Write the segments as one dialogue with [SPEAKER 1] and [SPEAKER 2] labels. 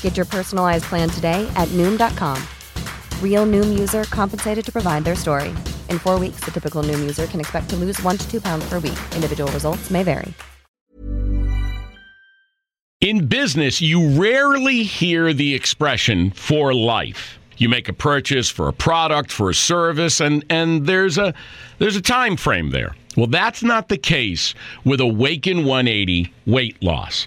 [SPEAKER 1] Get your personalized plan today at Noom.com. Real Noom user compensated to provide their story. In four weeks, the typical Noom user can expect to lose one to two pounds per week. Individual results may vary.
[SPEAKER 2] In business, you rarely hear the expression for life. You make a purchase for a product, for a service, and, and there's a there's a time frame there. Well, that's not the case with Awaken 180 weight loss.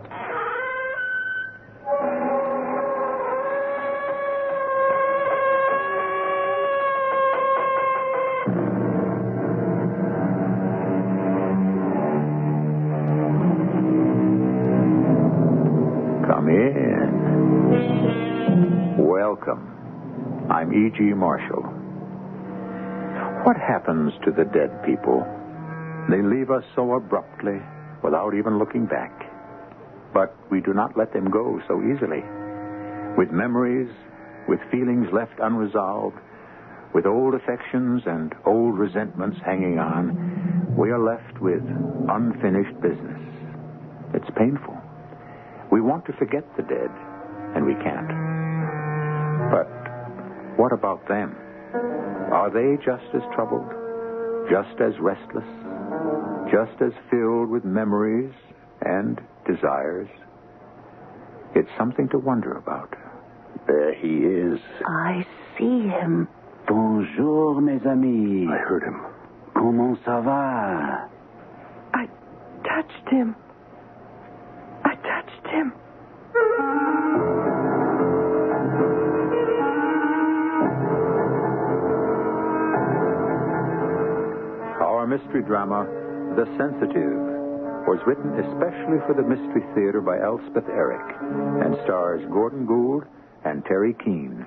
[SPEAKER 3] Come in. Welcome. I'm E.G. Marshall. What happens to the dead people? They leave us so abruptly without even looking back. But we do not let them go so easily. With memories, with feelings left unresolved, with old affections and old resentments hanging on, we are left with unfinished business. It's painful. We want to forget the dead, and we can't. But what about them? Are they just as troubled, just as restless, just as filled with memories and desires? It's something to wonder about. There he is.
[SPEAKER 4] I see him. Bonjour, mes amis.
[SPEAKER 3] I heard him.
[SPEAKER 4] Comment ça va?
[SPEAKER 5] I touched him. I touched him.
[SPEAKER 3] Our mystery drama, The Sensitive, was written especially for the Mystery Theater by Elspeth Eric and stars Gordon Gould and Terry Keane.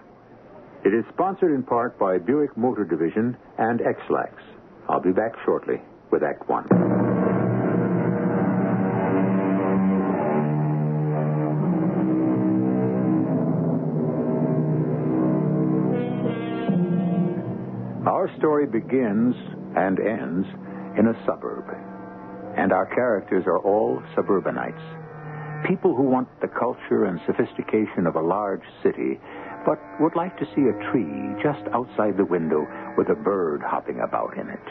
[SPEAKER 3] It is sponsored in part by Buick Motor Division and Xlax. I'll be back shortly with Act One. Our story begins and ends in a suburb. And our characters are all suburbanites. People who want the culture and sophistication of a large city, but would like to see a tree just outside the window with a bird hopping about in it.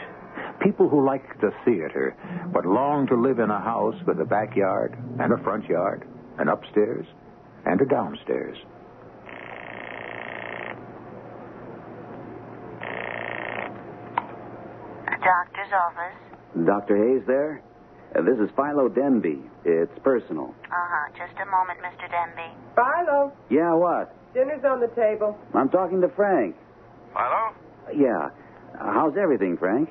[SPEAKER 6] People who like the theater but long to live in a house with a backyard and a front yard, an upstairs and a downstairs.
[SPEAKER 7] The doctor's office.
[SPEAKER 4] Dr. Hayes there? Uh, this is Philo Denby. It's personal.
[SPEAKER 7] Uh huh. Just a moment, Mr. Denby.
[SPEAKER 8] Philo,
[SPEAKER 4] Yeah, what?
[SPEAKER 8] dinner's on the table.
[SPEAKER 4] I'm talking to Frank.
[SPEAKER 9] Philo?
[SPEAKER 4] Uh, Yeah. Uh, how's everything, Frank?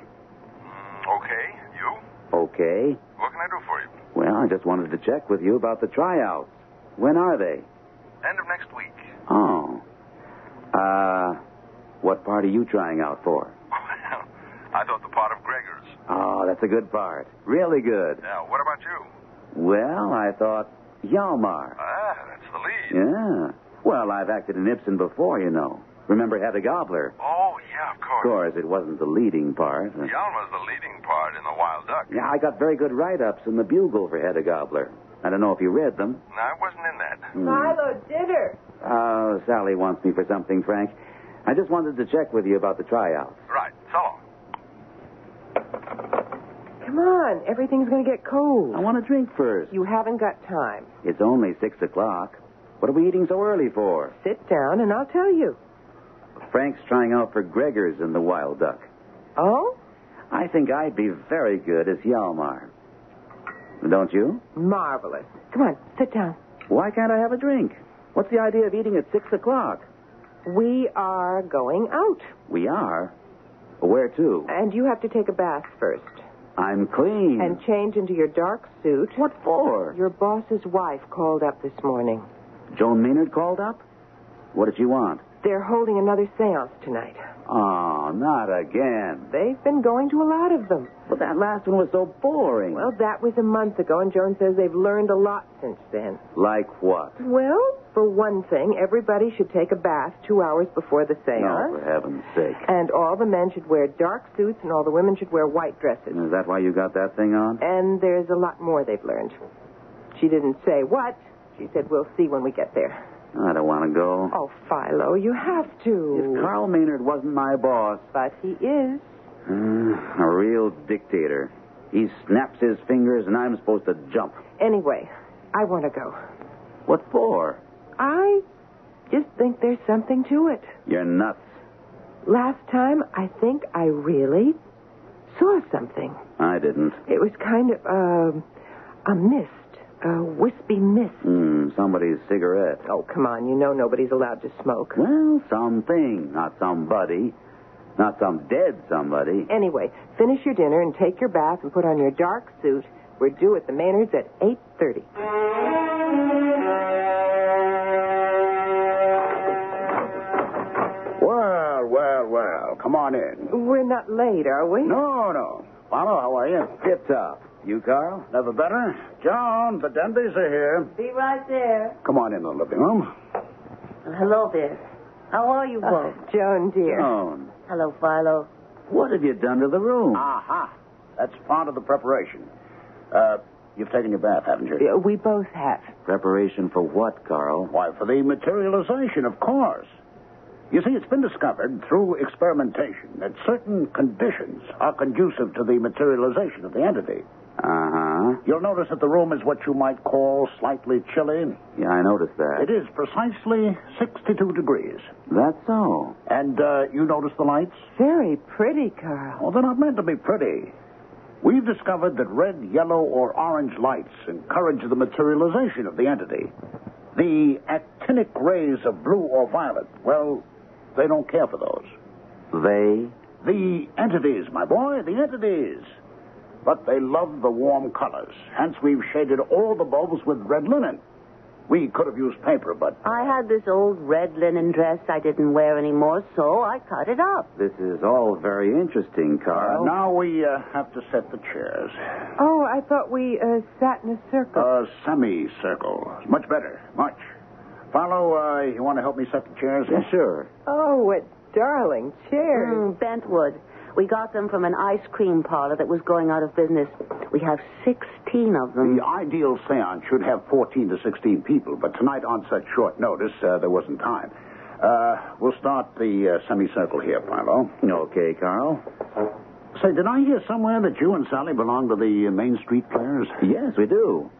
[SPEAKER 9] Okay. You?
[SPEAKER 4] Okay.
[SPEAKER 9] What can I do for you?
[SPEAKER 4] Well, I just wanted to check with you about the tryouts. When are they?
[SPEAKER 9] End of next week.
[SPEAKER 4] Oh. Uh, what part are you trying out for?
[SPEAKER 9] Well, I thought the part of Gregor's.
[SPEAKER 4] Oh, that's a good part. Really good.
[SPEAKER 9] Now, what about you?
[SPEAKER 4] Well, I thought Yalmar.
[SPEAKER 9] Ah, that's the lead.
[SPEAKER 4] Yeah. Well, I've acted in Ibsen before, you know. Remember Hedda Gobbler?
[SPEAKER 9] Oh, yeah, of
[SPEAKER 4] Of
[SPEAKER 9] course.
[SPEAKER 4] course, it wasn't the leading part.
[SPEAKER 9] Yalma's the leading part in The Wild Duck.
[SPEAKER 4] Yeah, I got very good write ups in the Bugle for Hedda Gobbler. I don't know if you read them.
[SPEAKER 9] No, I wasn't in that.
[SPEAKER 4] Hmm.
[SPEAKER 8] Philo, dinner.
[SPEAKER 4] Uh, Sally wants me for something, Frank. I just wanted to check with you about the tryout.
[SPEAKER 9] Right. So long.
[SPEAKER 8] Come on, everything's going to get cold.
[SPEAKER 4] I want a drink first.
[SPEAKER 8] You haven't got time.
[SPEAKER 4] It's only six o'clock. What are we eating so early for?
[SPEAKER 8] Sit down and I'll tell you.
[SPEAKER 4] Frank's trying out for Gregor's in the Wild Duck.
[SPEAKER 8] Oh?
[SPEAKER 4] I think I'd be very good as Yalmar. Don't you?
[SPEAKER 8] Marvelous. Come on, sit down.
[SPEAKER 4] Why can't I have a drink? What's the idea of eating at six o'clock?
[SPEAKER 8] We are going out,
[SPEAKER 4] We are. Where to?
[SPEAKER 8] and you have to take a bath first
[SPEAKER 4] I'm clean.
[SPEAKER 8] and change into your dark suit.
[SPEAKER 4] What for?
[SPEAKER 8] Your boss's wife called up this morning.
[SPEAKER 4] Joan Maynard called up? What did she want?
[SPEAKER 8] They're holding another seance tonight.
[SPEAKER 4] Oh, not again.
[SPEAKER 8] They've been going to a lot of them.
[SPEAKER 4] Well, that last one was so boring.
[SPEAKER 8] Well, that was a month ago, and Joan says they've learned a lot since then.
[SPEAKER 4] like what?
[SPEAKER 8] Well, for one thing, everybody should take a bath two hours before the
[SPEAKER 4] No,
[SPEAKER 8] seance.
[SPEAKER 4] for heaven's sake.
[SPEAKER 8] And all the men should wear dark suits, and all the women should wear white dresses.
[SPEAKER 4] Is that why you got that thing on?
[SPEAKER 8] And there's a lot more they've learned. She didn't say what. She said, we'll see when we get there.
[SPEAKER 4] I don't want to go.
[SPEAKER 8] Oh, Philo, you have to.
[SPEAKER 4] If Carl Maynard wasn't my boss,
[SPEAKER 8] But he is.
[SPEAKER 4] Mm, a real dictator. He snaps his fingers and I'm supposed to jump.
[SPEAKER 8] Anyway, I want to go.
[SPEAKER 4] What for?
[SPEAKER 8] I just think there's something to it.
[SPEAKER 4] You're nuts.
[SPEAKER 8] Last time, I think I really saw something.
[SPEAKER 4] I didn't.
[SPEAKER 8] It was kind of um a mist, a wispy mist.
[SPEAKER 4] Mm, somebody's cigarette.
[SPEAKER 8] Oh, come on. You know nobody's allowed to smoke.
[SPEAKER 4] Well, something, not somebody. Not some dead somebody.
[SPEAKER 8] Anyway, finish your dinner and take your bath and put on your dark suit. We're due at the Maynards at 8.30.
[SPEAKER 10] Well, well, well. Come on in.
[SPEAKER 8] We're not late, are we?
[SPEAKER 10] No, no. Mama, how are you?
[SPEAKER 4] Tip top. You, Carl?
[SPEAKER 10] Never better. John, the Denbys are here.
[SPEAKER 11] Be right there.
[SPEAKER 10] Come on in the living room.
[SPEAKER 11] Hello there. How are you both?
[SPEAKER 8] Joan, dear.
[SPEAKER 4] Joan,
[SPEAKER 11] Hello, Philo.
[SPEAKER 4] what have you done to the room?
[SPEAKER 8] Ah.
[SPEAKER 10] Aha. That's part of the preparation. Uh, you've taken your bath, haven't you?
[SPEAKER 8] Uh, We both have.
[SPEAKER 4] Preparation for what, Carl?
[SPEAKER 10] Why, for the materialization, of course. You see, it's been discovered through experimentation that certain conditions are conducive to the materialization of the entity.
[SPEAKER 4] Uh huh.
[SPEAKER 10] You'll notice that the room is what you might call slightly chilly.
[SPEAKER 4] Yeah, I noticed that.
[SPEAKER 10] It is precisely 62 degrees.
[SPEAKER 4] That's all.
[SPEAKER 10] And uh, you notice the lights?
[SPEAKER 8] Very pretty, Carl.
[SPEAKER 10] Oh, they're not meant to be pretty. We've discovered that red, yellow, or orange lights encourage the materialization of the entity. The actinic rays of blue or violet, well, they don't care for those.
[SPEAKER 4] They?
[SPEAKER 10] The entities, my boy, the entities. But they love the warm colors. Hence, we've shaded all the bulbs with red linen. We could have used paper, but
[SPEAKER 11] Uh, I had this old red linen dress I didn't wear anymore, so I cut it up.
[SPEAKER 4] This is all very interesting, Carl.
[SPEAKER 10] uh, now we uh, have to set the chairs.
[SPEAKER 8] Oh, I thought we uh, sat in a circle.
[SPEAKER 10] A semicircle. It's Much better. Uh, Much. Follow, uh, you want to help me set the chairs?
[SPEAKER 4] Yeah, sure.
[SPEAKER 8] oh, what darling chairs.
[SPEAKER 11] Mm, Bentwood. We got them from an ice cream parlor that was going out of business. We have 16 of them.
[SPEAKER 10] The ideal seance should have 14 to 16 people, but tonight, on such short notice, uh, there wasn't time. Uh, we'll start the uh, semicircle here, Philo.
[SPEAKER 4] Okay, Carl.
[SPEAKER 10] Say, did I hear somewhere that you and Sally belong to the uh, Main Street Players?
[SPEAKER 4] Yes, we do.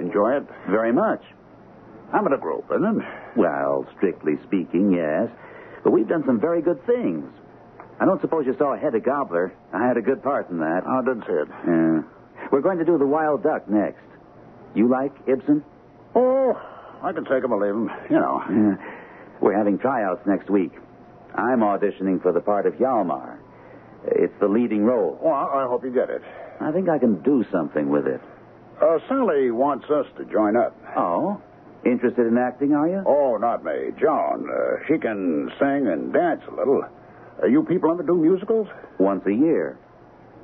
[SPEAKER 4] Enjoy it very much.
[SPEAKER 10] I'm in a group, isn't it?
[SPEAKER 4] Well, strictly speaking, yes. But we've done some very good things. I don't suppose you saw Head of Gobbler. I had a good part in that.
[SPEAKER 10] I did see it.
[SPEAKER 4] Uh, Yeah. We're going to do The Wild Duck next. You like Ibsen?
[SPEAKER 10] Oh, I can take him or leave him, you know.
[SPEAKER 4] Yeah. We're having tryouts next week. I'm auditioning for the part of Yalmar. It's the leading role.
[SPEAKER 10] Well, I I hope you get it.
[SPEAKER 4] I think I can do something with it.
[SPEAKER 10] Uh, Sally wants us to join up.
[SPEAKER 4] Oh? Interested in acting, are you?
[SPEAKER 10] Oh, not me. Joan. Uh, she can sing and dance a little. Uh, you people ever do musicals?
[SPEAKER 4] Once a year.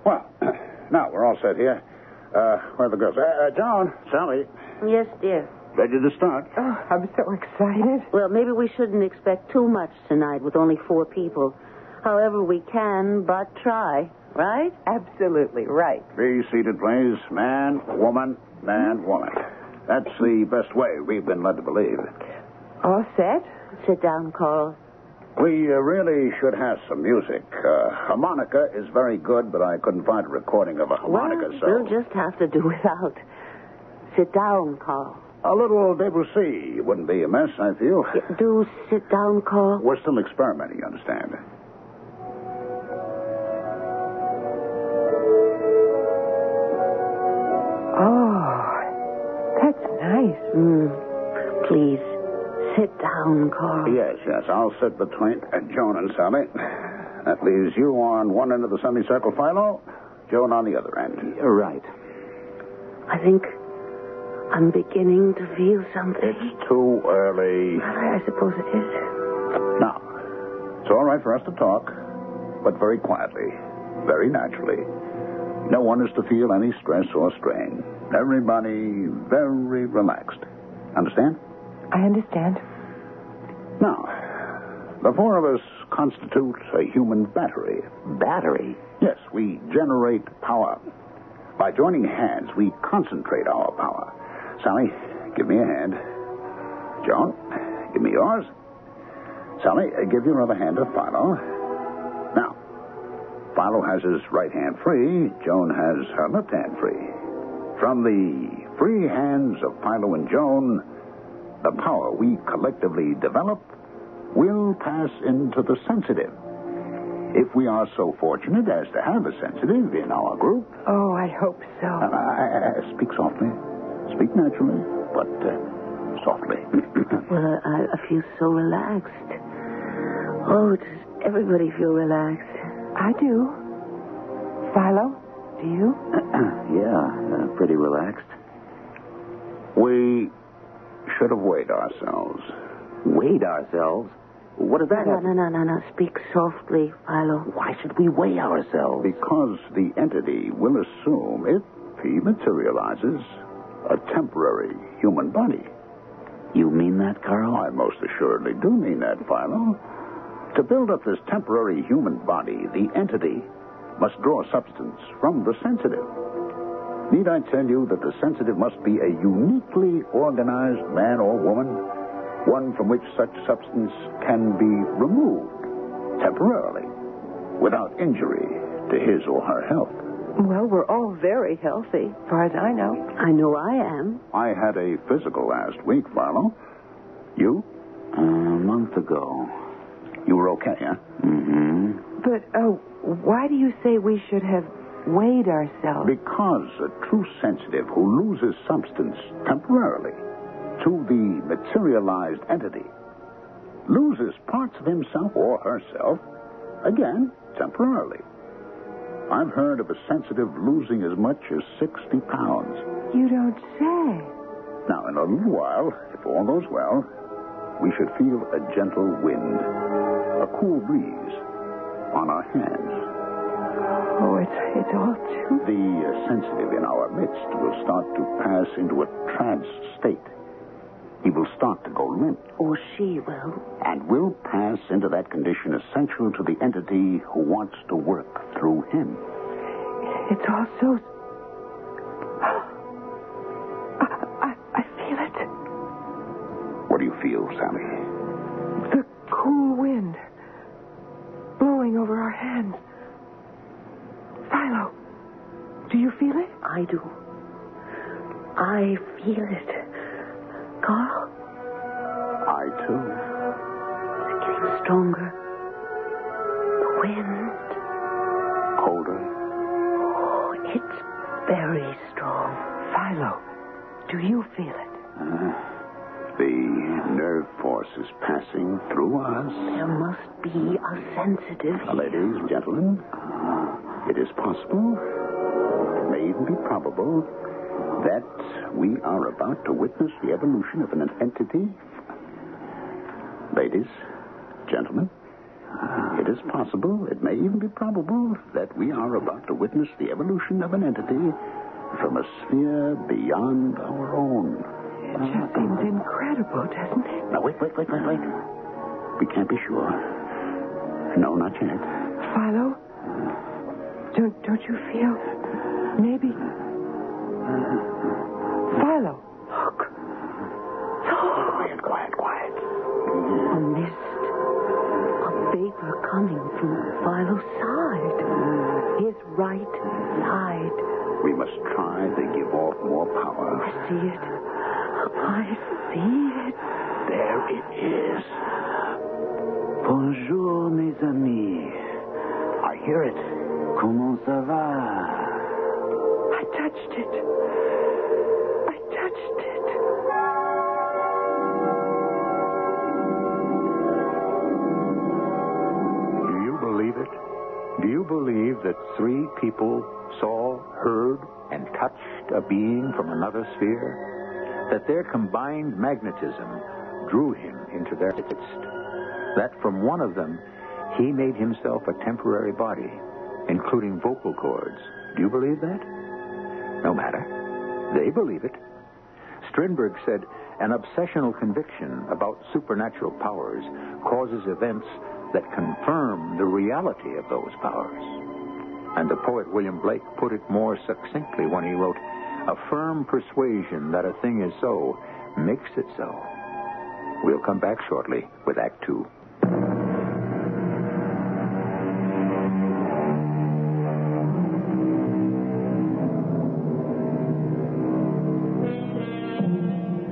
[SPEAKER 10] Well, now we're all set here. Uh, where are the girls? Uh, uh, Joan, Sally,
[SPEAKER 11] Yes, dear.
[SPEAKER 10] ready to start?
[SPEAKER 8] Oh, I'm so excited.
[SPEAKER 11] Well, maybe we shouldn't expect too much tonight with only four people. However, we can but try, right?
[SPEAKER 8] Absolutely right.
[SPEAKER 10] Be seated, please. Man, woman, man, woman. That's the best way we've been led to believe.
[SPEAKER 8] All set?
[SPEAKER 11] Sit down, Carl.
[SPEAKER 10] We uh, really should have some music. Uh, harmonica is very good, but I couldn't find a recording of a harmonica,
[SPEAKER 11] well,
[SPEAKER 10] so.
[SPEAKER 11] we'll just have to do without. Sit down, Carl.
[SPEAKER 10] A little Debussy wouldn't be amiss, I feel.
[SPEAKER 11] Do sit down, Carl.
[SPEAKER 10] We're still experimenting, you understand.
[SPEAKER 8] Oh, that's nice.
[SPEAKER 11] Mm. Please, sit down, Carl.
[SPEAKER 10] Yes, yes, I'll sit between uh, Joan and Sally. That leaves you on one end of the semicircle, Philo. Joan on the other end.
[SPEAKER 4] You're right.
[SPEAKER 11] I think I'm beginning to feel something.
[SPEAKER 10] It's too early.
[SPEAKER 11] I I suppose it is.
[SPEAKER 10] Now, it's all right for us to talk, but very quietly, very naturally. No one is to feel any stress or strain. Everybody very relaxed. Understand?
[SPEAKER 8] I understand.
[SPEAKER 10] Now, the four of us constitute a human battery.
[SPEAKER 4] Battery?
[SPEAKER 10] Yes, we generate power. By joining hands, we concentrate our power. Sally, give me a hand. Joan, give me yours. Sally, uh, give your other hand to Philo. Now, Philo has his right hand free. Joan has her left hand free. From the free hands of Philo and Joan, the power we collectively develop will pass into the sensitive. If we are so fortunate as to have a sensitive in our group,
[SPEAKER 8] Oh, I hope
[SPEAKER 10] uh,
[SPEAKER 8] so.
[SPEAKER 10] uh, speak softly, speak naturally, but uh, softly.
[SPEAKER 11] Well, I, I feel so relaxed. Oh, does everybody feel relaxed?
[SPEAKER 8] I do. Philo, do you?
[SPEAKER 4] yeah, uh, pretty relaxed.
[SPEAKER 10] we should have weighed ourselves.
[SPEAKER 4] Weighed ourselves? What does that
[SPEAKER 11] No,
[SPEAKER 4] have?
[SPEAKER 11] no, no, no, no. Speak softly, Philo.
[SPEAKER 4] Why should we weigh ourselves?
[SPEAKER 10] Because the entity will assume, if he materializes, a temporary human body.
[SPEAKER 4] You mean that, Carl?
[SPEAKER 10] I most assuredly do mean that, Philo. To build up this temporary human body, the entity must draw substance from the sensitive. Need I tell you that the sensitive must be a uniquely organized man or woman, one from which such substance can be removed temporarily without injury to his or her health?
[SPEAKER 8] Well, we're all very healthy, as far as I know.
[SPEAKER 11] I know I am.
[SPEAKER 10] I had a physical last week, Philo. You?
[SPEAKER 4] A month ago.
[SPEAKER 10] You were okay, huh?
[SPEAKER 4] Mm-hmm.
[SPEAKER 8] But, oh, why do you say we should have weighed ourselves?
[SPEAKER 10] Because a true sensitive who loses substance temporarily to the materialized entity loses parts of himself or herself again temporarily. I've heard of a sensitive losing as much as 60 pounds.
[SPEAKER 8] You don't say.
[SPEAKER 10] Now, in a little while, if all goes well, we should feel a gentle wind, a cool breeze on our hands.
[SPEAKER 8] Oh, it's, it's all too.
[SPEAKER 10] The uh, sensitive in our midst will start to pass into a trance state. He will start to go limp
[SPEAKER 8] Oh,
[SPEAKER 11] Or she will.
[SPEAKER 10] and will pass into that condition essential to the entity who wants to work through him.
[SPEAKER 8] It's all so. I, I, I feel it.
[SPEAKER 10] What do you feel, Sammy?
[SPEAKER 8] The cool wind blowing over our hands.
[SPEAKER 11] I do. I feel it. Carl,
[SPEAKER 10] I, too.
[SPEAKER 11] it's getting stronger. The wind.
[SPEAKER 10] Colder.
[SPEAKER 11] Oh, it's very strong. Philo, do you feel it?
[SPEAKER 10] Uh, The nerve force is passing through us.
[SPEAKER 11] There must be a sensitive.
[SPEAKER 10] Now, ladies and gentlemen, uh, it is possible, it may even be probable, that we are about to witness the evolution of an entity. Ladies, gentlemen, uh, it is possible, it may even be probable, that we are about to witness the evolution of an entity from a sphere beyond our own. It just seems incredible, doesn't it? Now, wait, wait, wait, wait, wait. We can't be sure. No, not yet.
[SPEAKER 12] Philo? Don't, don't you feel? Maybe. Philo. Look.
[SPEAKER 11] Quiet, quiet, quiet. A mist. A vapor coming from Philo's side. His right side.
[SPEAKER 10] We must try to give off more power.
[SPEAKER 11] I see it. I see it.
[SPEAKER 10] There it is.
[SPEAKER 4] Bonjour, mes amis. I hear it. Comment ça va?
[SPEAKER 8] I touched it. I touched it.
[SPEAKER 10] Do you believe it? Do you believe that three people saw, heard, and touched a being from another sphere? That their combined magnetism drew him into their midst. That from one of them, he made himself a temporary body, including vocal cords. Do you believe that? No matter. They believe it. Strindberg said an obsessional conviction about supernatural powers causes events that confirm the reality of those powers. And the poet William Blake put it more succinctly when he wrote, A firm persuasion that a thing is so makes it so. We'll come back shortly with Act Two.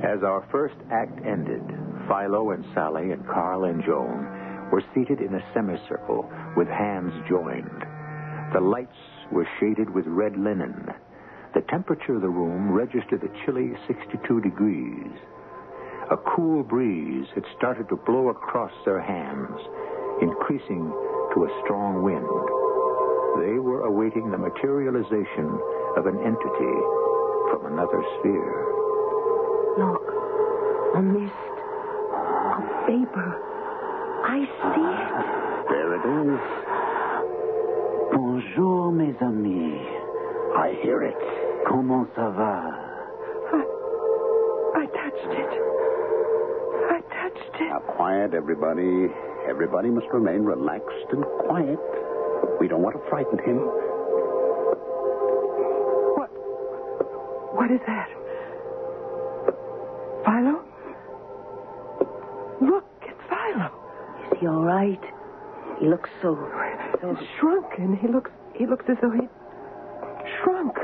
[SPEAKER 10] As our first act ended, Philo and Sally and Carl and Joan were seated in a semicircle with hands joined. The lights were shaded with red linen. The temperature of the room registered a chilly 62 degrees. A cool breeze had started to blow across their hands, increasing to a strong wind. They were awaiting the materialization of an entity from another sphere.
[SPEAKER 11] Look. A mist. A vapor. I see it.
[SPEAKER 4] There it is. Bonjour, mes amis. I hear it. Comment ça va?
[SPEAKER 8] I touched it. I touched it.
[SPEAKER 10] Now, quiet, everybody. Everybody must remain relaxed and quiet. We don't want to frighten him.
[SPEAKER 8] What is that? Philo? Look, it's Philo.
[SPEAKER 11] Is he all right? He looks so. so
[SPEAKER 8] He's shrunken. He looks he looks as though he shrunk.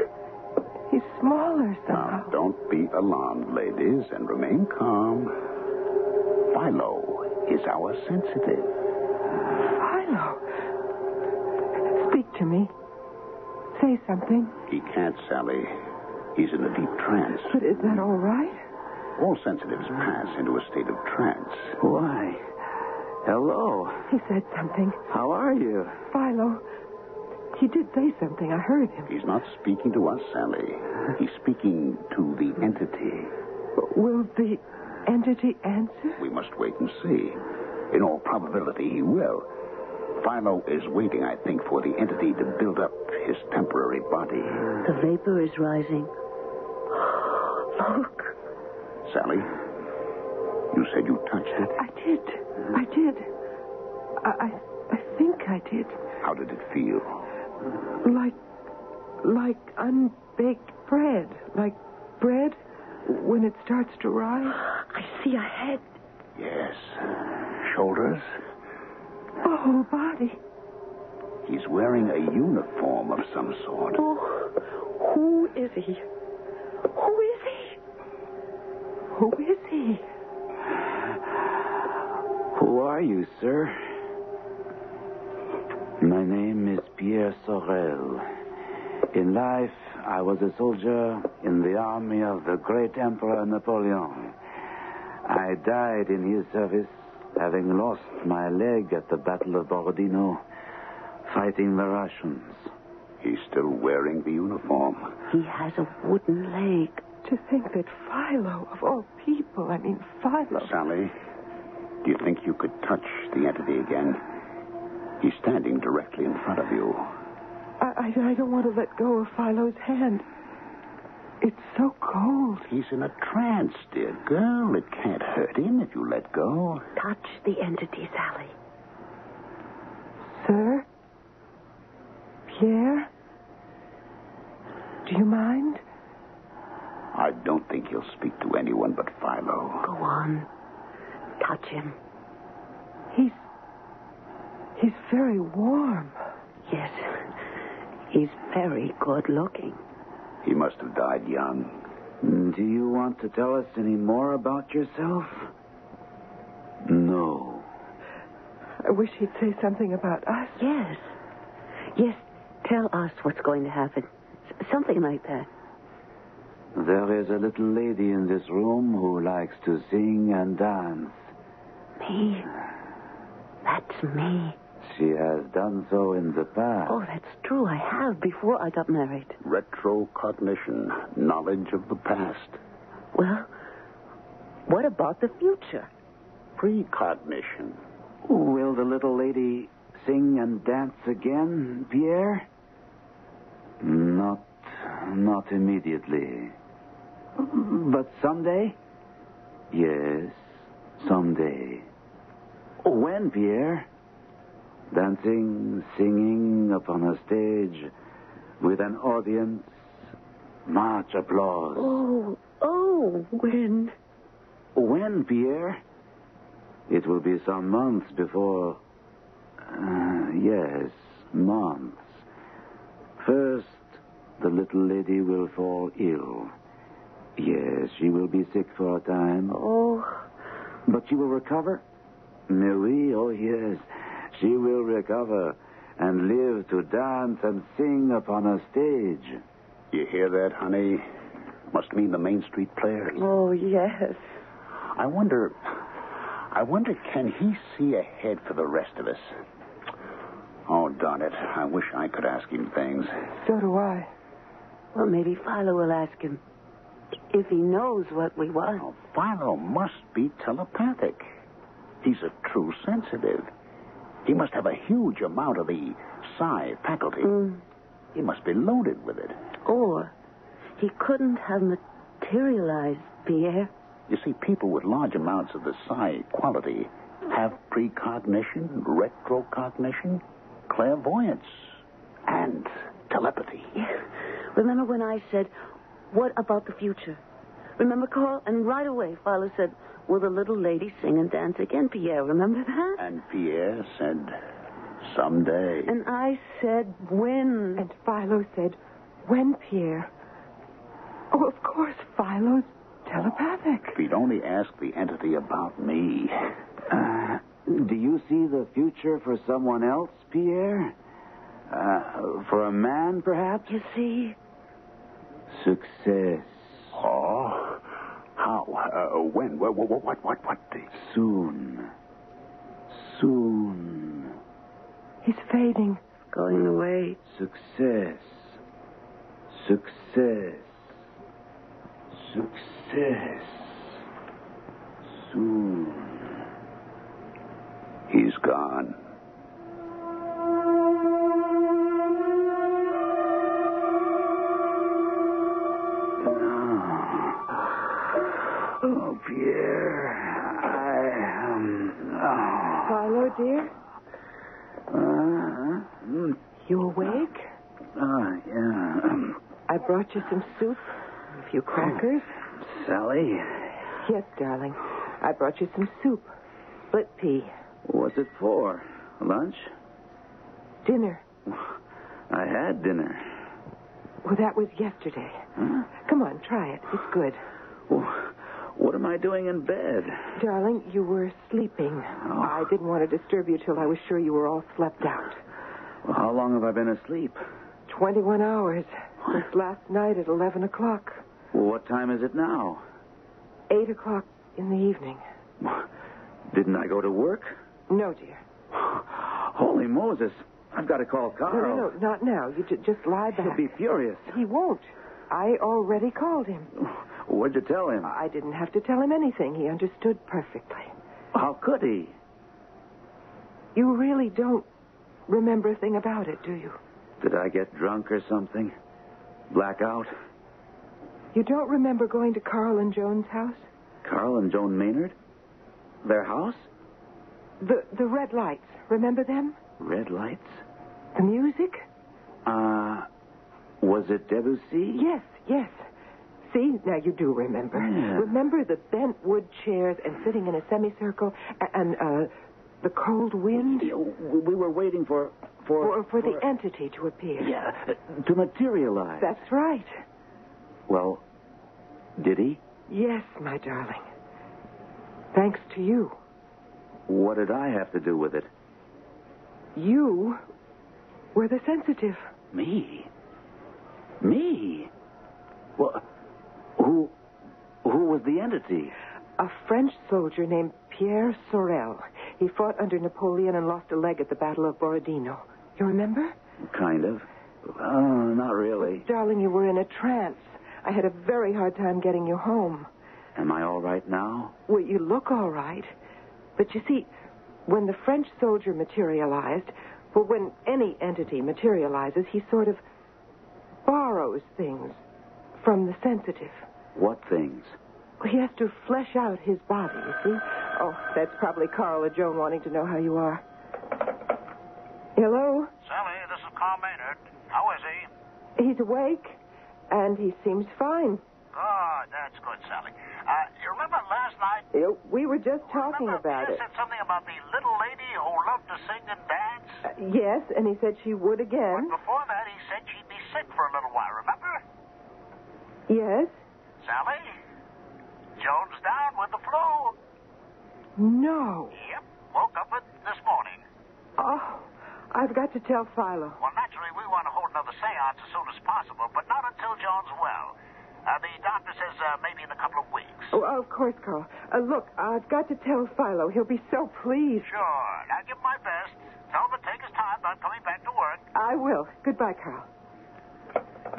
[SPEAKER 8] He's smaller somehow.
[SPEAKER 10] Now, don't be alarmed, ladies, and remain calm. Philo is our sensitive.
[SPEAKER 11] Oh.
[SPEAKER 8] Philo. Speak to me. Say something.
[SPEAKER 10] He can't, Sally. He's in a deep trance.
[SPEAKER 8] But is that all right?
[SPEAKER 10] All sensitives pass into a state of trance.
[SPEAKER 4] Mm. Why? Hello.
[SPEAKER 8] He said something.
[SPEAKER 4] How are you?
[SPEAKER 8] Philo. He did say something. I heard him.
[SPEAKER 10] He's not speaking to us, Sally. He's speaking to the entity.
[SPEAKER 8] Will the entity answer?
[SPEAKER 10] We must wait and see. In all probability, he will. Philo is waiting, I think, for the entity to build up his temporary body.
[SPEAKER 13] The vapor is rising.
[SPEAKER 8] Look.
[SPEAKER 10] Sally, you said you touched it.
[SPEAKER 8] I did. I did. I, I, I think I did.
[SPEAKER 10] How did it feel?
[SPEAKER 8] Like, like unbaked bread. Like bread when it starts to rise.
[SPEAKER 11] I see a head.
[SPEAKER 10] Yes. Shoulders?
[SPEAKER 8] The whole body.
[SPEAKER 10] He's wearing a uniform of some sort.
[SPEAKER 11] Oh,
[SPEAKER 8] Who is he? Who is he? Who is he?
[SPEAKER 4] Who are you, sir? My name is Pierre Sorel. In life, I was a soldier in the army of the great Emperor Napoleon. I died in his service, having lost my leg at the Battle of Borodino, fighting the Russians.
[SPEAKER 10] He's still wearing the uniform.
[SPEAKER 11] He has a wooden leg.
[SPEAKER 8] To think that Philo, of all people, I mean Philo.
[SPEAKER 10] Sally, do you think you could touch the entity again? He's standing directly in front of you.
[SPEAKER 8] I, I, I don't want to let go of Philo's hand. It's so cold.
[SPEAKER 10] He's in a trance, dear girl. It can't hurt him if you let go.
[SPEAKER 11] Touch the entity, Sally.
[SPEAKER 8] Sir? Pierre? Do you mind?
[SPEAKER 10] I don't think he'll speak to anyone but Philo.
[SPEAKER 11] Go on. Touch him.
[SPEAKER 8] He's. He's very warm.
[SPEAKER 11] Yes. He's very good looking.
[SPEAKER 10] He must have died young.
[SPEAKER 4] Mm, Do you want to tell us any more about yourself? No.
[SPEAKER 8] I wish he'd say something about us.
[SPEAKER 11] Yes. Yes, tell us what's going to happen. S- something like that.
[SPEAKER 4] There is a little lady in this room who likes to sing and dance.
[SPEAKER 11] Me? That's me.
[SPEAKER 4] She has done so in the past.
[SPEAKER 11] Oh, that's true. I have before I got married.
[SPEAKER 10] Retrocognition, knowledge of the past.
[SPEAKER 11] Well, what about the future?
[SPEAKER 10] Precognition.
[SPEAKER 4] Will the little lady sing and dance again, Pierre? Not, not immediately. But someday? Yes, someday. When, Pierre? Dancing, singing upon a stage with an audience, much applause.
[SPEAKER 11] Oh, oh, when?
[SPEAKER 4] When, Pierre? It will be some months before. Uh, yes, months. First, the little lady will fall ill. Yes, she will be sick for a time.
[SPEAKER 11] Oh,
[SPEAKER 4] But she will recover? No, oui, oh yes. She will recover and live to dance and sing upon a stage.
[SPEAKER 10] You hear that, honey? Must mean the Main Street players.
[SPEAKER 8] Oh, yes.
[SPEAKER 10] I wonder. I wonder, can he see ahead for the rest of us? Oh, darn it. I wish I could ask him things.
[SPEAKER 8] So do I.
[SPEAKER 11] well, maybe Philo will ask him if he knows what we want.
[SPEAKER 10] Oh, Philo must be telepathic. He's a true sensitive. He must have a huge amount of the psi faculty.
[SPEAKER 8] Mm.
[SPEAKER 10] He must be loaded with it.
[SPEAKER 11] Or he couldn't have materialized Pierre.
[SPEAKER 10] You see, people with large amounts of the psi quality have precognition, retrocognition, clairvoyance, and telepathy.
[SPEAKER 11] Remember when I said, What about the future? Remember, Carl? And right away, Philo said, Will the little lady sing and dance again, Pierre? Remember that?
[SPEAKER 10] And Pierre said, someday.
[SPEAKER 11] And I said, When?
[SPEAKER 8] And Philo said, When, Pierre? Oh, of course, Philo's telepathic.
[SPEAKER 10] If he'd only asked the entity about me.
[SPEAKER 4] Uh, do you see the future for someone else, Pierre? Uh, for a man, perhaps?
[SPEAKER 11] You see?
[SPEAKER 4] Success.
[SPEAKER 10] Oh, how? Uh, when? What? What? What? What? what?
[SPEAKER 4] Soon. Soon.
[SPEAKER 8] He's fading.
[SPEAKER 11] Going away.
[SPEAKER 4] Success. Success. Success. Soon.
[SPEAKER 10] He's gone.
[SPEAKER 4] Oh, Pierre. I am. Oh.
[SPEAKER 8] Philo, dear, Hmm.
[SPEAKER 4] Uh, mm,
[SPEAKER 8] you awake?
[SPEAKER 4] ah, yeah. Um,
[SPEAKER 8] I brought you some soup, a few crackers.
[SPEAKER 4] Oh, Sally,
[SPEAKER 8] Yes, darling. I brought you some soup, split pea,
[SPEAKER 4] what's it for? Lunch?
[SPEAKER 8] dinner.
[SPEAKER 4] I had dinner.
[SPEAKER 8] Well, that was yesterday. Come on, try it. It's good.
[SPEAKER 4] What am I doing in bed?
[SPEAKER 8] Darling, you were sleeping.
[SPEAKER 4] Oh.
[SPEAKER 8] I didn't want to disturb you till I was sure you were all slept out.
[SPEAKER 4] Well, how long have I been asleep?
[SPEAKER 8] 21 hours since last night at 11 o'clock,
[SPEAKER 4] Well, what time is it now?
[SPEAKER 8] 8 o'clock in the evening.
[SPEAKER 4] Didn't I go to work?
[SPEAKER 8] No, dear.
[SPEAKER 4] Holy Moses. I've got to call Carl.
[SPEAKER 8] No, no, no, not now. You ju- just lie back.
[SPEAKER 4] He'll be furious.
[SPEAKER 8] He won't. I already called him.
[SPEAKER 4] What'd you tell him?
[SPEAKER 8] I didn't have to tell him anything. He understood perfectly.
[SPEAKER 4] How could he?
[SPEAKER 8] You really don't remember a thing about it, do you?
[SPEAKER 4] Did I get drunk or something? Blackout?
[SPEAKER 8] You don't remember going to Carl and Joan's house?
[SPEAKER 4] Carl and Joan Maynard? Their house?
[SPEAKER 8] The the red lights. Remember them?
[SPEAKER 4] Red lights?
[SPEAKER 8] The music?
[SPEAKER 4] Uh, was it Debussy?
[SPEAKER 8] Yes, yes. See, now you do remember.
[SPEAKER 4] Yeah.
[SPEAKER 8] Remember the bent wood chairs and sitting in a semicircle a- and uh, the cold wind?
[SPEAKER 4] We were waiting for.
[SPEAKER 8] For,
[SPEAKER 4] For,
[SPEAKER 8] for, the entity to appear.
[SPEAKER 4] Yeah, uh, to materialize.
[SPEAKER 8] That's right.
[SPEAKER 4] Well, did he?
[SPEAKER 8] Yes, my darling. Thanks to you.
[SPEAKER 4] What did I have to do with it?
[SPEAKER 8] You were the sensitive.
[SPEAKER 4] Me? Me? Well, who, who was the entity?
[SPEAKER 8] A French soldier named Pierre Sorel. He fought under Napoleon and lost a leg at the Battle of Borodino. You remember?
[SPEAKER 4] Kind of. Oh, not really.
[SPEAKER 8] Darling, you were in a trance. I had a very hard time getting you home.
[SPEAKER 4] Am I all right now?
[SPEAKER 8] Well, you look all right. But you see, when the French soldier materialized, well, when any entity materializes, he sort of borrows things from the sensitive.
[SPEAKER 4] What things?
[SPEAKER 8] Well, he has to flesh out his body, you see? Oh, that's probably Carl or Joan wanting to know how you are. Hello?
[SPEAKER 14] Sally, this is Carl Maynard. How is he?
[SPEAKER 8] He's awake, and he seems fine.
[SPEAKER 14] Good, that's good, Sally. Uh, you remember last night?
[SPEAKER 8] You- Uh, We were just talking
[SPEAKER 14] remember
[SPEAKER 8] about
[SPEAKER 14] Pierre
[SPEAKER 8] it.
[SPEAKER 14] said something about the little lady who loved to sing and dance?
[SPEAKER 8] Uh, Yes, and he said she would again.
[SPEAKER 14] But before that, he said she'd be sick for a little while, remember?
[SPEAKER 8] Yes?
[SPEAKER 14] Sally? Joan's down with the flu.
[SPEAKER 8] No.
[SPEAKER 14] Yep, woke up with this morning.
[SPEAKER 8] Oh, I've got to tell Philo.
[SPEAKER 14] Well, naturally, we want to hold another seance as soon as possible, but not until Joan's well. Uh, the doctor says uh, maybe in a couple of weeks.
[SPEAKER 8] Oh, of course, Carl. Uh, look, I've got to tell Philo. He'll be so pleased.
[SPEAKER 14] Sure, and I'll give my best. Tell him to take his time about coming back to work.
[SPEAKER 8] I will. Goodbye, Carl.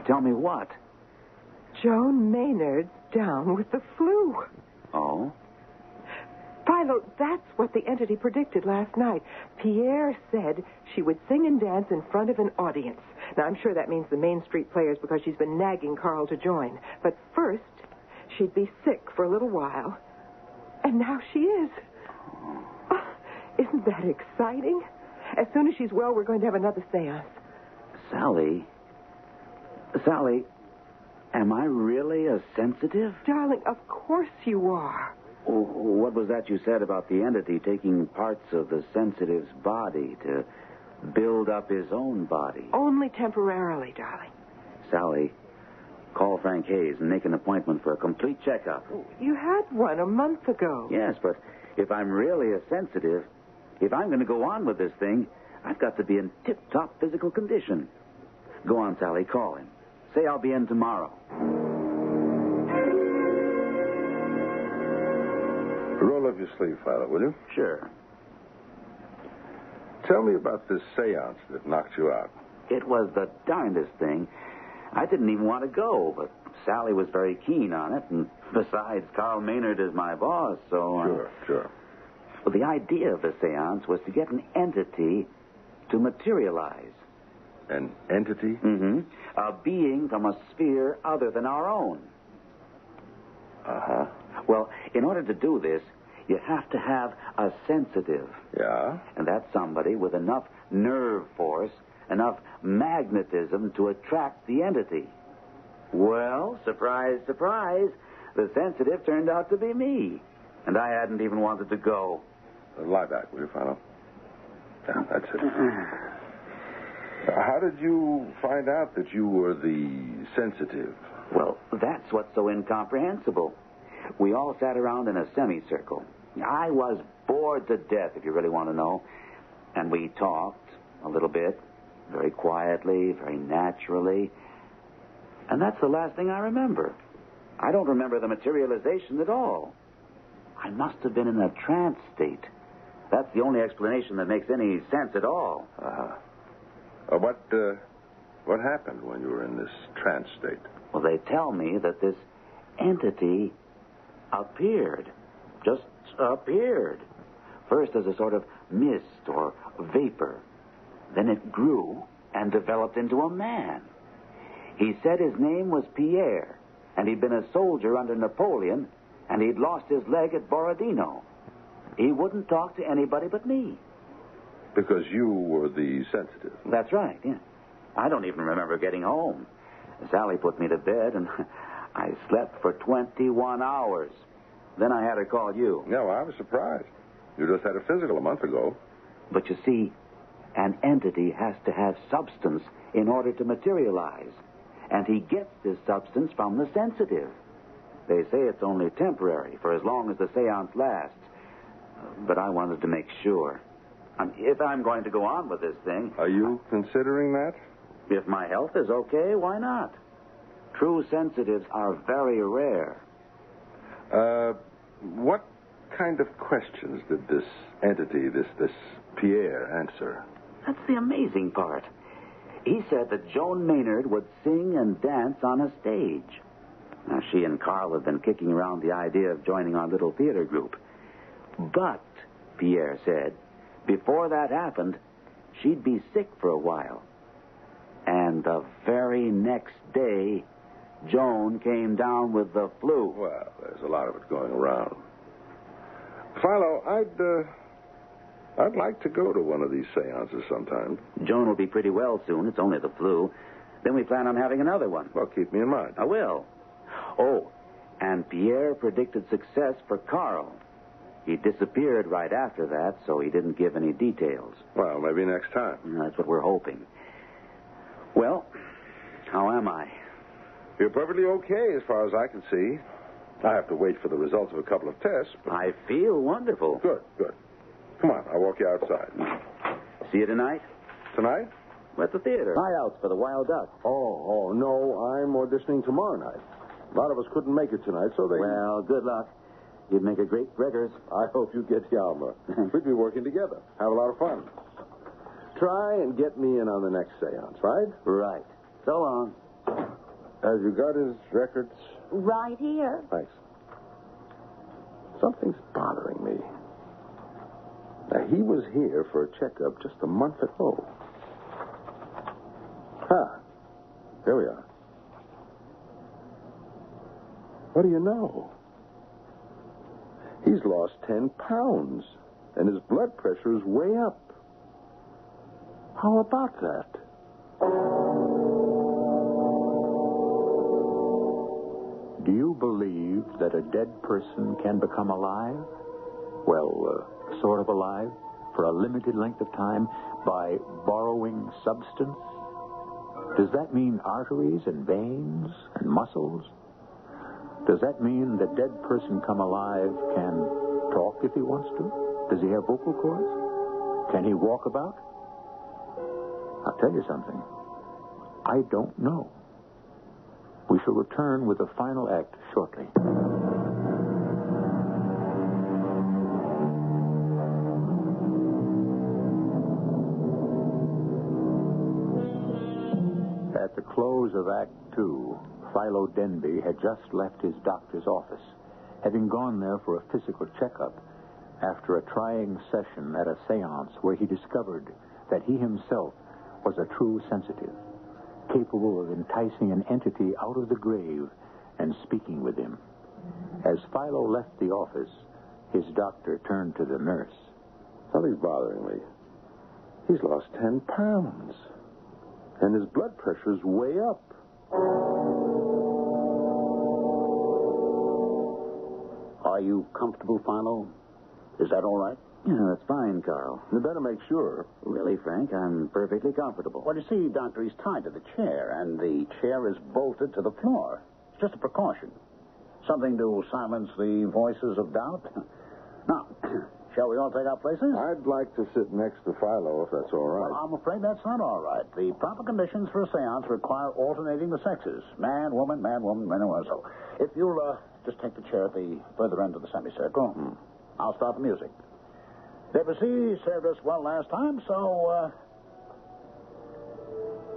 [SPEAKER 4] Tell me what?
[SPEAKER 8] Joan Maynard's down with the flu.
[SPEAKER 4] Oh?
[SPEAKER 8] Philo, that's what the entity predicted last night. Pierre said she would sing and dance in front of an audience. Now, I'm sure that means the Main Street players because she's been nagging Carl to join. But first, she'd be sick for a little while. And now she is. Ah, isn't that exciting? As soon as she's well, we're going to have another seance.
[SPEAKER 4] Sally? Sally, am I really a sensitive?
[SPEAKER 8] Darling, of course you are.
[SPEAKER 4] Oh, What was that you said about the entity taking parts of the sensitive's body to build up his own body?
[SPEAKER 8] Only temporarily, darling.
[SPEAKER 4] Sally, call Frank Hayes and make an appointment for a complete checkup.
[SPEAKER 8] You had one a month ago.
[SPEAKER 4] Yes, but if I'm really a sensitive, if I'm going to go on with this thing, I've got to be in tip top physical condition. Go on, Sally, call him. Say I'll be in tomorrow.
[SPEAKER 15] Roll up your sleeve, Philo, will you?
[SPEAKER 4] Sure.
[SPEAKER 15] Tell me about this seance that knocked you out.
[SPEAKER 4] It was the darndest thing. I didn't even want to go, but Sally was very keen on it, and besides, Carl Maynard is my boss, so. uh,
[SPEAKER 15] Sure, sure.
[SPEAKER 4] Well, the idea of the seance was to get an entity to materialize.
[SPEAKER 15] An entity?
[SPEAKER 4] Mm-hmm. A being from a sphere other than our own.
[SPEAKER 15] Uh-huh.
[SPEAKER 4] Well, in order to do this, you have to have a sensitive.
[SPEAKER 15] Yeah?
[SPEAKER 4] And that's somebody with enough nerve force, enough magnetism to attract the entity. Well, surprise, surprise, the sensitive turned out to be me. And I hadn't even wanted to go.
[SPEAKER 15] Uh, lie back, will you, Philo? Yeah, that's it. How did you find out that you were the sensitive?
[SPEAKER 4] Well, that's what's so incomprehensible. We all sat around in a semicircle. I was bored to death, if you really want to know. And we talked a little bit, very quietly, very naturally. And that's the last thing I remember. I don't remember the materialization at all. I must have been in a trance state. That's the only explanation that makes any sense at all.
[SPEAKER 15] Uh-huh. Uh, what, uh, what happened when you were in this trance state?
[SPEAKER 4] Well, they tell me that this entity appeared. Just appeared. First as a sort of mist or vapor. Then it grew and developed into a man. He said his name was Pierre, and he'd been a soldier under Napoleon, and he'd lost his leg at Borodino. He wouldn't talk to anybody but me.
[SPEAKER 15] Because you were the sensitive.
[SPEAKER 4] That's right, yeah. I don't even remember getting home. Sally put me to bed, and I slept for 21 hours. Then I had her call you.
[SPEAKER 15] No, I was surprised. You just had a physical a month ago.
[SPEAKER 4] But you see, an entity has to have substance in order to materialize. And he gets this substance from the sensitive. They say it's only temporary, for as long as the seance lasts. But I wanted to make sure. Um, if I'm going to go on with this thing.
[SPEAKER 15] Are you considering that?
[SPEAKER 4] If my health is okay, why not? True sensitives are very rare.
[SPEAKER 15] Uh, what kind of questions did this entity, this this Pierre, answer?
[SPEAKER 4] That's the amazing part. He said that Joan Maynard would sing and dance on a stage. Now, she and Carl have been kicking around the idea of joining our little theater group. But, Pierre said, before that happened, she'd be sick for a while. And the very next day, Joan came down with the flu.
[SPEAKER 15] Well, there's a lot of it going around. Philo, I'd uh, I'd like to go to one of these seances sometime.
[SPEAKER 4] Joan will be pretty well soon. It's only the flu. Then we plan on having another one.
[SPEAKER 15] Well, keep me in mind.
[SPEAKER 4] I will. Oh, and Pierre predicted success for Carl. He disappeared right after that, so he didn't give any details. Mm,
[SPEAKER 15] Well, maybe next time.
[SPEAKER 4] That's what we're hoping. Well, how am I?
[SPEAKER 15] You're perfectly okay as far as I can see. I have to wait for the results of a couple of tests. But...
[SPEAKER 4] I feel wonderful.
[SPEAKER 15] Good, good. Come on, I'll walk you outside.
[SPEAKER 4] See you tonight?
[SPEAKER 15] Trying?
[SPEAKER 4] At the theater. Tryouts for the Wild Duck.
[SPEAKER 15] Oh, oh, no, I'm auditioning tomorrow night. A lot of us couldn't make it tonight, so they.
[SPEAKER 4] Well, good luck. You'd make a great Gregors.
[SPEAKER 15] I hope you get Yalma. We'd be working together. Have a lot of fun. Try and get me in on the next seance, right?
[SPEAKER 4] Right. So long.
[SPEAKER 15] Have you got his records?
[SPEAKER 16] Right here.
[SPEAKER 15] Thanks. Something's bothering me. Now, he was here for a checkup just a month ago. Ah, Here we are. What do you know? He's lost 10 pounds, and his blood pressure is way up. How about that?
[SPEAKER 3] Do you believe that a dead person can become alive? Well, uh, sort of alive for a limited length of time by borrowing substance? Does that mean arteries and veins and muscles? Does that mean the dead person come alive can talk if he wants to? Does he have vocal cords? Can he walk about? I'll tell you something. I don't know. We shall return with the final act shortly. At the close of Act Two, Philo Denby had just left his doctor's office, having gone there for a physical checkup after a trying session at a seance where he discovered that he himself was a true sensitive capable of enticing an entity out of the grave and speaking with him. As Philo left the office, his doctor turned to the nurse.
[SPEAKER 15] Something's bothering me. He's lost 10 pounds, and his blood pressure's way up.
[SPEAKER 17] Are you comfortable, Philo? Is that all right?
[SPEAKER 4] Yeah, that's fine, Carl. You better make sure. Really, Frank, I'm perfectly comfortable.
[SPEAKER 10] Well, you see, Doctor, he's tied to the chair, and the chair is bolted to the floor. It's just a precaution. Something to silence the voices of doubt. Now, shall we all take our places?
[SPEAKER 15] I'd like to sit next to Philo, if that's all right.
[SPEAKER 10] Well, I'm afraid that's not all right. The proper conditions for a seance require alternating the sexes man, woman, man, woman, man, woman. So, if you'll uh, just take the chair at the further end of the semicircle,
[SPEAKER 4] Hmm.
[SPEAKER 10] I'll start the music. Debussy served us well last time, so, uh.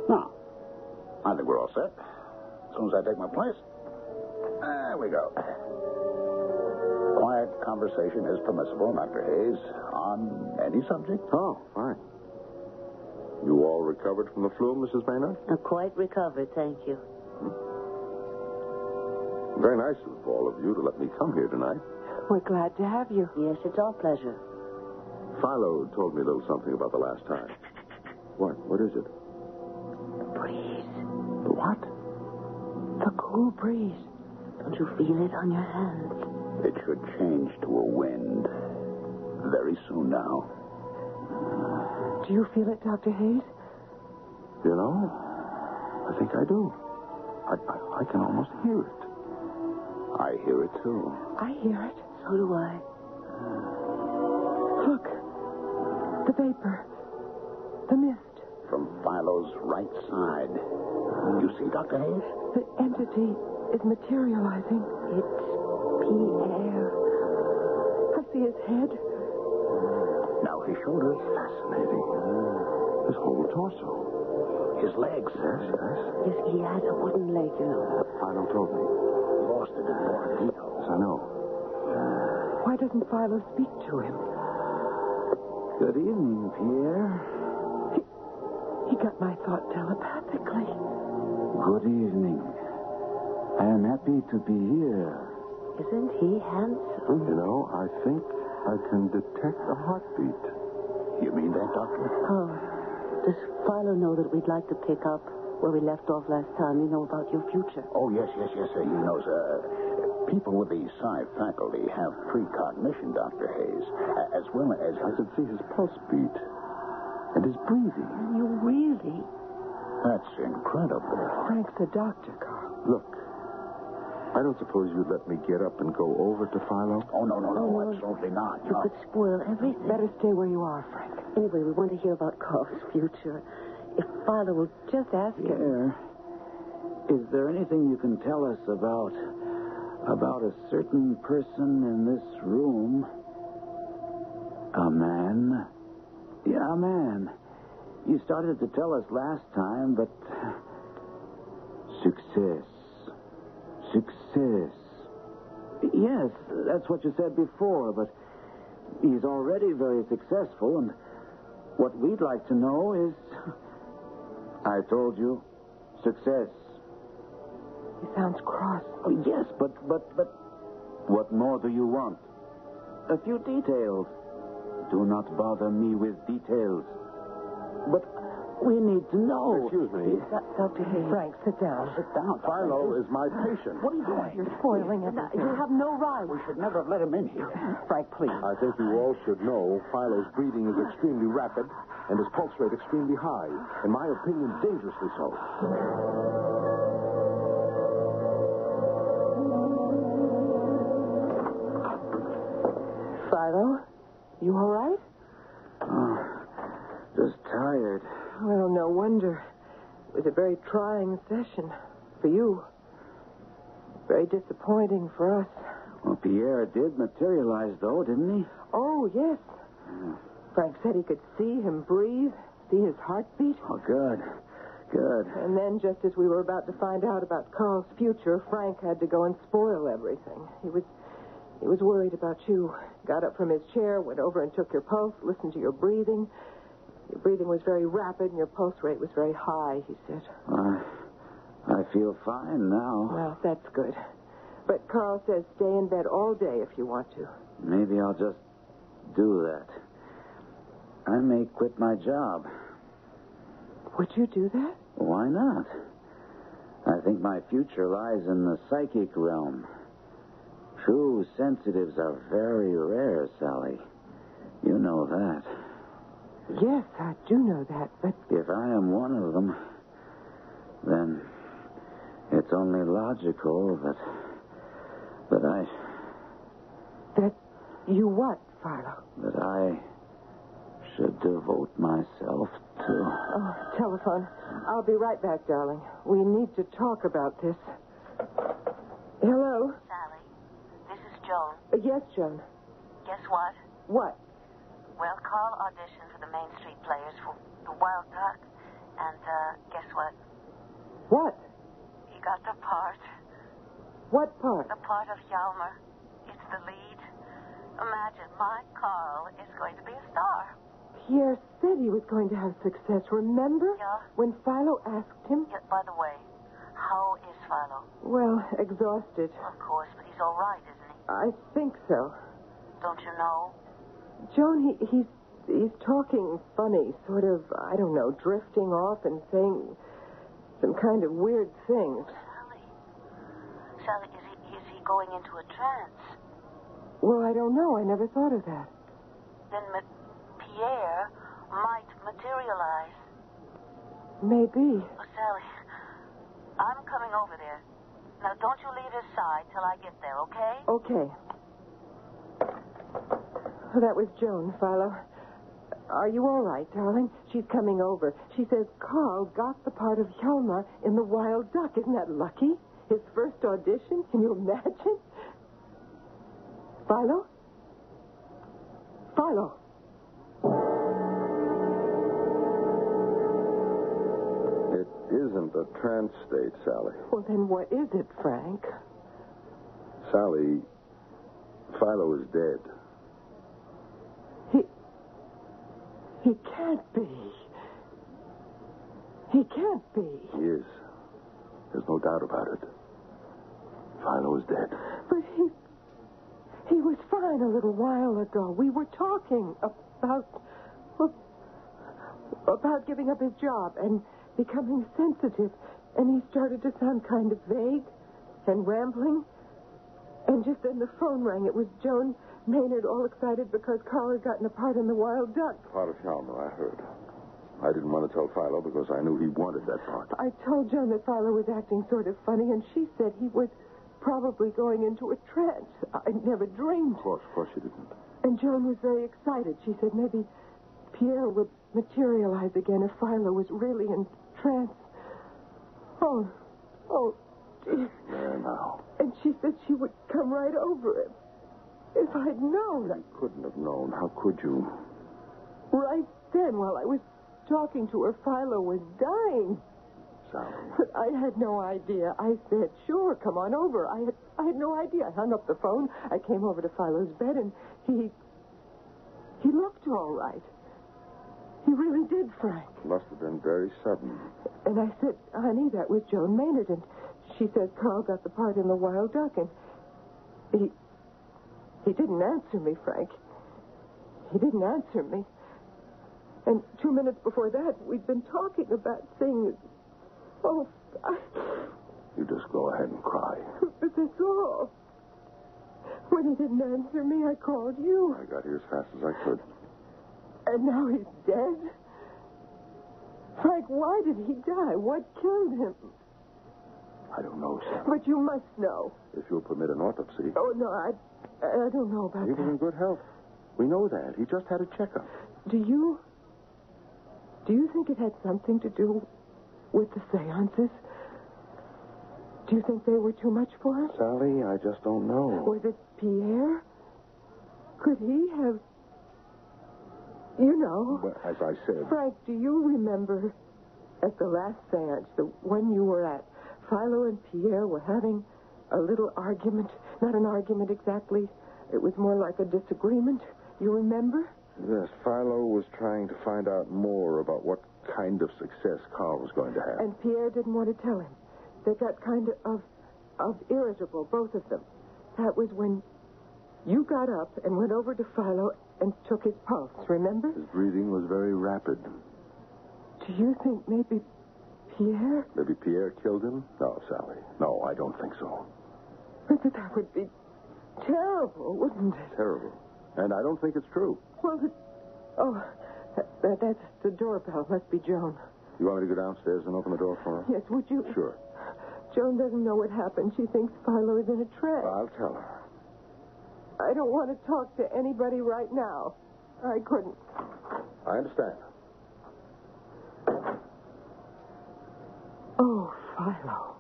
[SPEAKER 10] Now, I think we're all set. As soon as I take my place. There we go. Quiet conversation is permissible, Dr. Hayes, on any subject.
[SPEAKER 4] Oh, fine.
[SPEAKER 15] You all recovered from the flu, Mrs. Maynard?
[SPEAKER 11] I'm Uh, quite recovered, thank you.
[SPEAKER 15] Very nice of all of you to let me come here tonight.
[SPEAKER 11] We're glad to have you. Yes, it's our pleasure.
[SPEAKER 15] Philo told me a little something about the last time. What? What is it?
[SPEAKER 11] Breeze.
[SPEAKER 15] The what?
[SPEAKER 11] The cool breeze. Don't you feel it on your hands?
[SPEAKER 10] It should change to a wind very soon now.
[SPEAKER 8] Do you feel it, Dr. Hayes?
[SPEAKER 15] You know, I think I do. I, I, I can almost hear it.
[SPEAKER 10] I hear it too.
[SPEAKER 8] I hear it.
[SPEAKER 11] So do I.
[SPEAKER 8] Look. The vapor. The mist.
[SPEAKER 10] From Philo's right side. You see, Dr. Hayes?
[SPEAKER 8] The entity is materializing.
[SPEAKER 11] It's Pierre.
[SPEAKER 8] I see his head.
[SPEAKER 10] Now his shoulders. Fascinating.
[SPEAKER 15] His whole torso.
[SPEAKER 10] Ah. His legs.
[SPEAKER 15] Yes, yes.
[SPEAKER 11] Yes, he has a wooden leg, you know.
[SPEAKER 15] Philo told me.
[SPEAKER 10] Lost in his own details.
[SPEAKER 15] Yes, I know.
[SPEAKER 8] Why doesn't Philo speak to him?
[SPEAKER 4] Good evening, Pierre.
[SPEAKER 8] He got my thought telepathically.
[SPEAKER 4] Good evening. I am happy to be here.
[SPEAKER 11] Isn't he handsome?
[SPEAKER 4] You know, I think I can detect a heartbeat.
[SPEAKER 10] You mean that, Doctor?
[SPEAKER 11] Oh, does Philo know that we'd like to pick up where we left off last time? You know about your future.
[SPEAKER 10] Oh, yes, yes, yes, sir. You know, sir. Uh, People with the psi faculty have precognition, Dr. Hayes, a- as well as.
[SPEAKER 4] I can see his pulse beat and his breathing.
[SPEAKER 11] You really?
[SPEAKER 10] That's incredible.
[SPEAKER 8] Frank's a doctor, Carl.
[SPEAKER 4] Look, I don't suppose you'd let me get up and go over to Philo?
[SPEAKER 10] Oh, no, no,
[SPEAKER 11] Oh,
[SPEAKER 10] no,
[SPEAKER 11] no.
[SPEAKER 10] absolutely not.
[SPEAKER 11] You
[SPEAKER 10] No.
[SPEAKER 11] could spoil everything.
[SPEAKER 8] Better stay where you are, Frank.
[SPEAKER 11] Anyway, we want to hear about Carl's future. If Philo will just ask him.
[SPEAKER 4] Pierre, is there anything you can tell us about about a certain person in this room? A man? Yeah, a man. You started to tell us last time, but success. Success. Yes, that's what you said before, but he's already very successful, and what we'd like to know is I told you, success.
[SPEAKER 8] He sounds cross.
[SPEAKER 4] Oh, yes, but, but, but. What more do you want? A few details. Do not bother me with details. But we need to know.
[SPEAKER 15] Excuse me.
[SPEAKER 8] Dr. Uh, Hayes. Uh, Frank, sit down.
[SPEAKER 10] Sit down.
[SPEAKER 15] Philo is my patient.
[SPEAKER 10] What are you doing?
[SPEAKER 8] You're spoiling everything.
[SPEAKER 11] You have no right.
[SPEAKER 10] We should never have let him in here.
[SPEAKER 8] Frank, please.
[SPEAKER 15] I think you all should know Philo's breathing is extremely rapid and his pulse rate extremely high. In my opinion, dangerously so.
[SPEAKER 8] Philo, you all right?
[SPEAKER 15] Oh,
[SPEAKER 4] Just tired.
[SPEAKER 8] Well, no wonder. It was a very trying session for you. Very disappointing for us.
[SPEAKER 4] Well, Pierre did materialize, though, didn't he?
[SPEAKER 8] Oh, yes. Frank said he could see him breathe, see his heartbeat.
[SPEAKER 4] Oh, good. Good.
[SPEAKER 8] And then, just as we were about to find out about Carl's future, Frank had to go and spoil everything. He was he was worried about you. Got up from his chair, went over and took your pulse, listened to your breathing. Your breathing was very rapid and your pulse rate was very high, he said.
[SPEAKER 4] I, I feel fine now.
[SPEAKER 8] Well, that's good. But Carl says stay in bed all day if you want to.
[SPEAKER 4] Maybe I'll just do that. I may quit my job.
[SPEAKER 8] Would you do that?
[SPEAKER 4] Why not? I think my future lies in the psychic realm. True sensitives are very rare, Sally. You know that.
[SPEAKER 8] Yes, I do know that, but
[SPEAKER 4] If I am one of them, then it's only logical that that I
[SPEAKER 8] that you what, Philo?
[SPEAKER 4] that I should devote myself to.
[SPEAKER 8] Oh, telephone. I'll be right back, darling. We need to talk about this. Hello?
[SPEAKER 7] Sally, this is Joan.
[SPEAKER 8] Uh, Yes, Joan.
[SPEAKER 7] Guess what?
[SPEAKER 8] What?
[SPEAKER 7] Well, Carl auditioned for the Main Street Players for the Wild Duck, and uh, guess what?
[SPEAKER 8] What?
[SPEAKER 7] He got the part.
[SPEAKER 8] What part?
[SPEAKER 7] The part of Yalmer. It's the lead. Imagine my Carl is going to be a star.
[SPEAKER 8] Pierre said he was going to have success, remember?
[SPEAKER 7] Yeah.
[SPEAKER 8] When Philo asked him?
[SPEAKER 7] Yeah, by the way, how is Philo?
[SPEAKER 8] Well, exhausted.
[SPEAKER 7] Of course, but he's all right, isn't he?
[SPEAKER 8] I think so.
[SPEAKER 7] Don't you know?
[SPEAKER 8] Joan, he, he's he's talking funny, sort of, I don't know, drifting off and saying some kind of weird things.
[SPEAKER 7] Sally. Sally, is he, is he going into a trance?
[SPEAKER 8] Well, I don't know. I never thought of that.
[SPEAKER 7] Then Ma- Pierre might materialize.
[SPEAKER 8] Maybe.
[SPEAKER 7] Oh, Sally, I'm coming over there. Now, don't you leave his side till I get there, okay?
[SPEAKER 8] Okay. Well, that was Joan, Philo. Are you all right, darling? She's coming over. She says Carl got the part of Hjalmar in The Wild Duck. Isn't that lucky? His first audition? Can you imagine? Philo? Philo?
[SPEAKER 15] It isn't a trance state, Sally.
[SPEAKER 8] Well, then what is it, Frank?
[SPEAKER 15] Sally, Philo is dead.
[SPEAKER 8] He. He can't be. He can't be.
[SPEAKER 15] He is. There's no doubt about it. Philo is dead.
[SPEAKER 8] But he. He was fine a little while ago. We were talking about. well, About giving up his job and becoming sensitive. And he started to sound kind of vague and rambling. And just then the phone rang. It was Joan Maynard, all excited because Carl had gotten a part in The Wild Duck.
[SPEAKER 15] Part of Hjalmar, I heard. I didn't want to tell Philo because I knew he wanted that part.
[SPEAKER 8] I told Joan that Philo was acting sort of funny, and she said he was probably going into a trance. I never dreamed.
[SPEAKER 15] Of course, of course you didn't.
[SPEAKER 8] And Joan was very excited. She said maybe Pierre would materialize again if Philo was really in trance. Oh, oh, dear.
[SPEAKER 15] There now.
[SPEAKER 8] And she said she would come right over him. If I'd known, I-
[SPEAKER 15] Couldn't have known. How could you?
[SPEAKER 8] right then while I was talking to her, Philo was dying.
[SPEAKER 15] Sally.
[SPEAKER 8] But I had no idea. I said, sure, come on over. I had, I had no idea. I hung up the phone. I came over to Philo's bed, and he. He looked all right. He really did, Frank.
[SPEAKER 15] Must have been very sudden.
[SPEAKER 8] And I said, honey, that was Joan Maynard. And she says Carl got the part in The Wild Duck, and he. He didn't answer me, Frank. He didn't answer me. And two minutes before that, we'd been talking about things. Oh, I.
[SPEAKER 15] You just go ahead and cry.
[SPEAKER 8] But that's all. When he didn't answer me, I called you.
[SPEAKER 15] I got here as fast as I could.
[SPEAKER 8] And now he's dead. Frank, why did he die? What killed him?
[SPEAKER 15] I don't know, Sally.
[SPEAKER 8] But you must know.
[SPEAKER 15] If you'll permit an autopsy.
[SPEAKER 8] Oh, no, I, I don't know about
[SPEAKER 15] He was in
[SPEAKER 8] that.
[SPEAKER 15] good health. We know that. He just had a checkup.
[SPEAKER 8] Do you. Do you think it had something to do with the seances? Do you think they were too much for him?
[SPEAKER 15] Sally, I just don't know.
[SPEAKER 8] Was it Pierre? Could he have. You know.
[SPEAKER 15] Well, as I said,
[SPEAKER 8] Frank, do you remember at the last seance, the one you were at, Philo and Pierre were having a little argument? Not an argument exactly. It was more like a disagreement. You remember?
[SPEAKER 15] yes, Philo was trying to find out more about what kind of success Carl was going to have.
[SPEAKER 8] And Pierre didn't want to tell him. They got kind of of irritable, both of them. That was when you got up and went over to Philo and took his pulse, remember?
[SPEAKER 15] His breathing was very rapid.
[SPEAKER 8] Do you think maybe Pierre?
[SPEAKER 15] Maybe Pierre killed him? No, Sally. No, I don't think so.
[SPEAKER 8] That would be terrible, wouldn't it?
[SPEAKER 15] Terrible. And I don't think it's true.
[SPEAKER 5] Well, the, oh, that, that, that's the doorbell. Must be Joan.
[SPEAKER 15] You want me to go downstairs and open the door for her?
[SPEAKER 5] Yes, would you?
[SPEAKER 15] Sure.
[SPEAKER 5] Joan doesn't know what happened. She thinks Philo is in a trap.
[SPEAKER 15] I'll tell her.
[SPEAKER 5] I don't want to talk to anybody right now. I couldn't.
[SPEAKER 15] I understand.
[SPEAKER 5] Oh, Philo.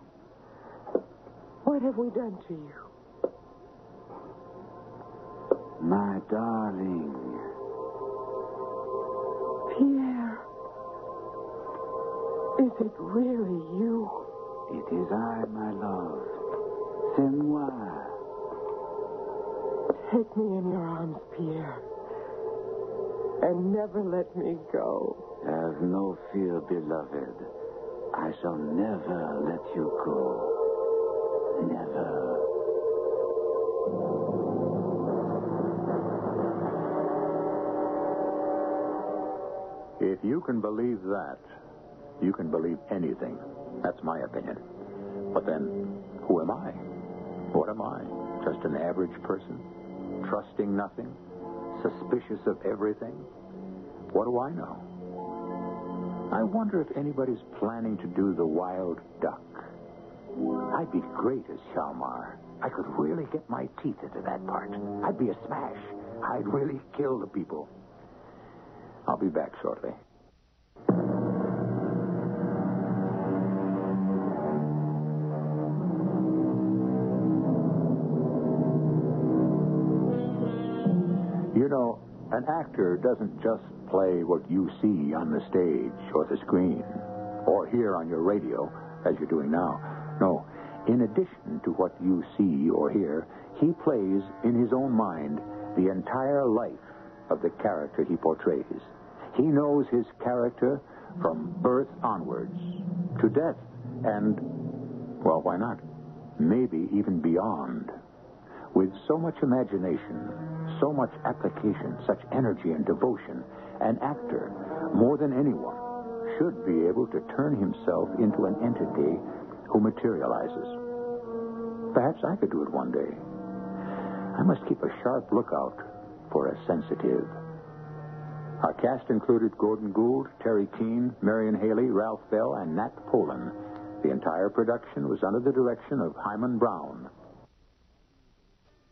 [SPEAKER 5] What have we done to you?
[SPEAKER 4] My darling.
[SPEAKER 5] Pierre. Is it really you?
[SPEAKER 4] It is I, my love. C'est moi.
[SPEAKER 5] Take me in your arms, Pierre. And never let me go.
[SPEAKER 4] Have no fear, beloved. I shall never let you go. Never.
[SPEAKER 3] If you can believe that, you can believe anything. That's my opinion. But then, who am I? What am I? Just an average person? Trusting nothing? Suspicious of everything? What do I know? I wonder if anybody's planning to do the wild duck. I'd be great as Shalmar. I could really get my teeth into that part. I'd be a smash. I'd really kill the people. I'll be back shortly. You know, an actor doesn't just play what you see on the stage or the screen or hear on your radio as you're doing now. No, in addition to what you see or hear, he plays in his own mind the entire life of the character he portrays. He knows his character from birth onwards to death and, well, why not? Maybe even beyond. With so much imagination, so much application, such energy and devotion, an actor, more than anyone, should be able to turn himself into an entity who materializes. Perhaps I could do it one day. I must keep a sharp lookout for a sensitive. Our cast included Gordon Gould, Terry Keane, Marion Haley, Ralph Bell, and Nat Polan. The entire production was under the direction of Hyman Brown.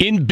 [SPEAKER 2] In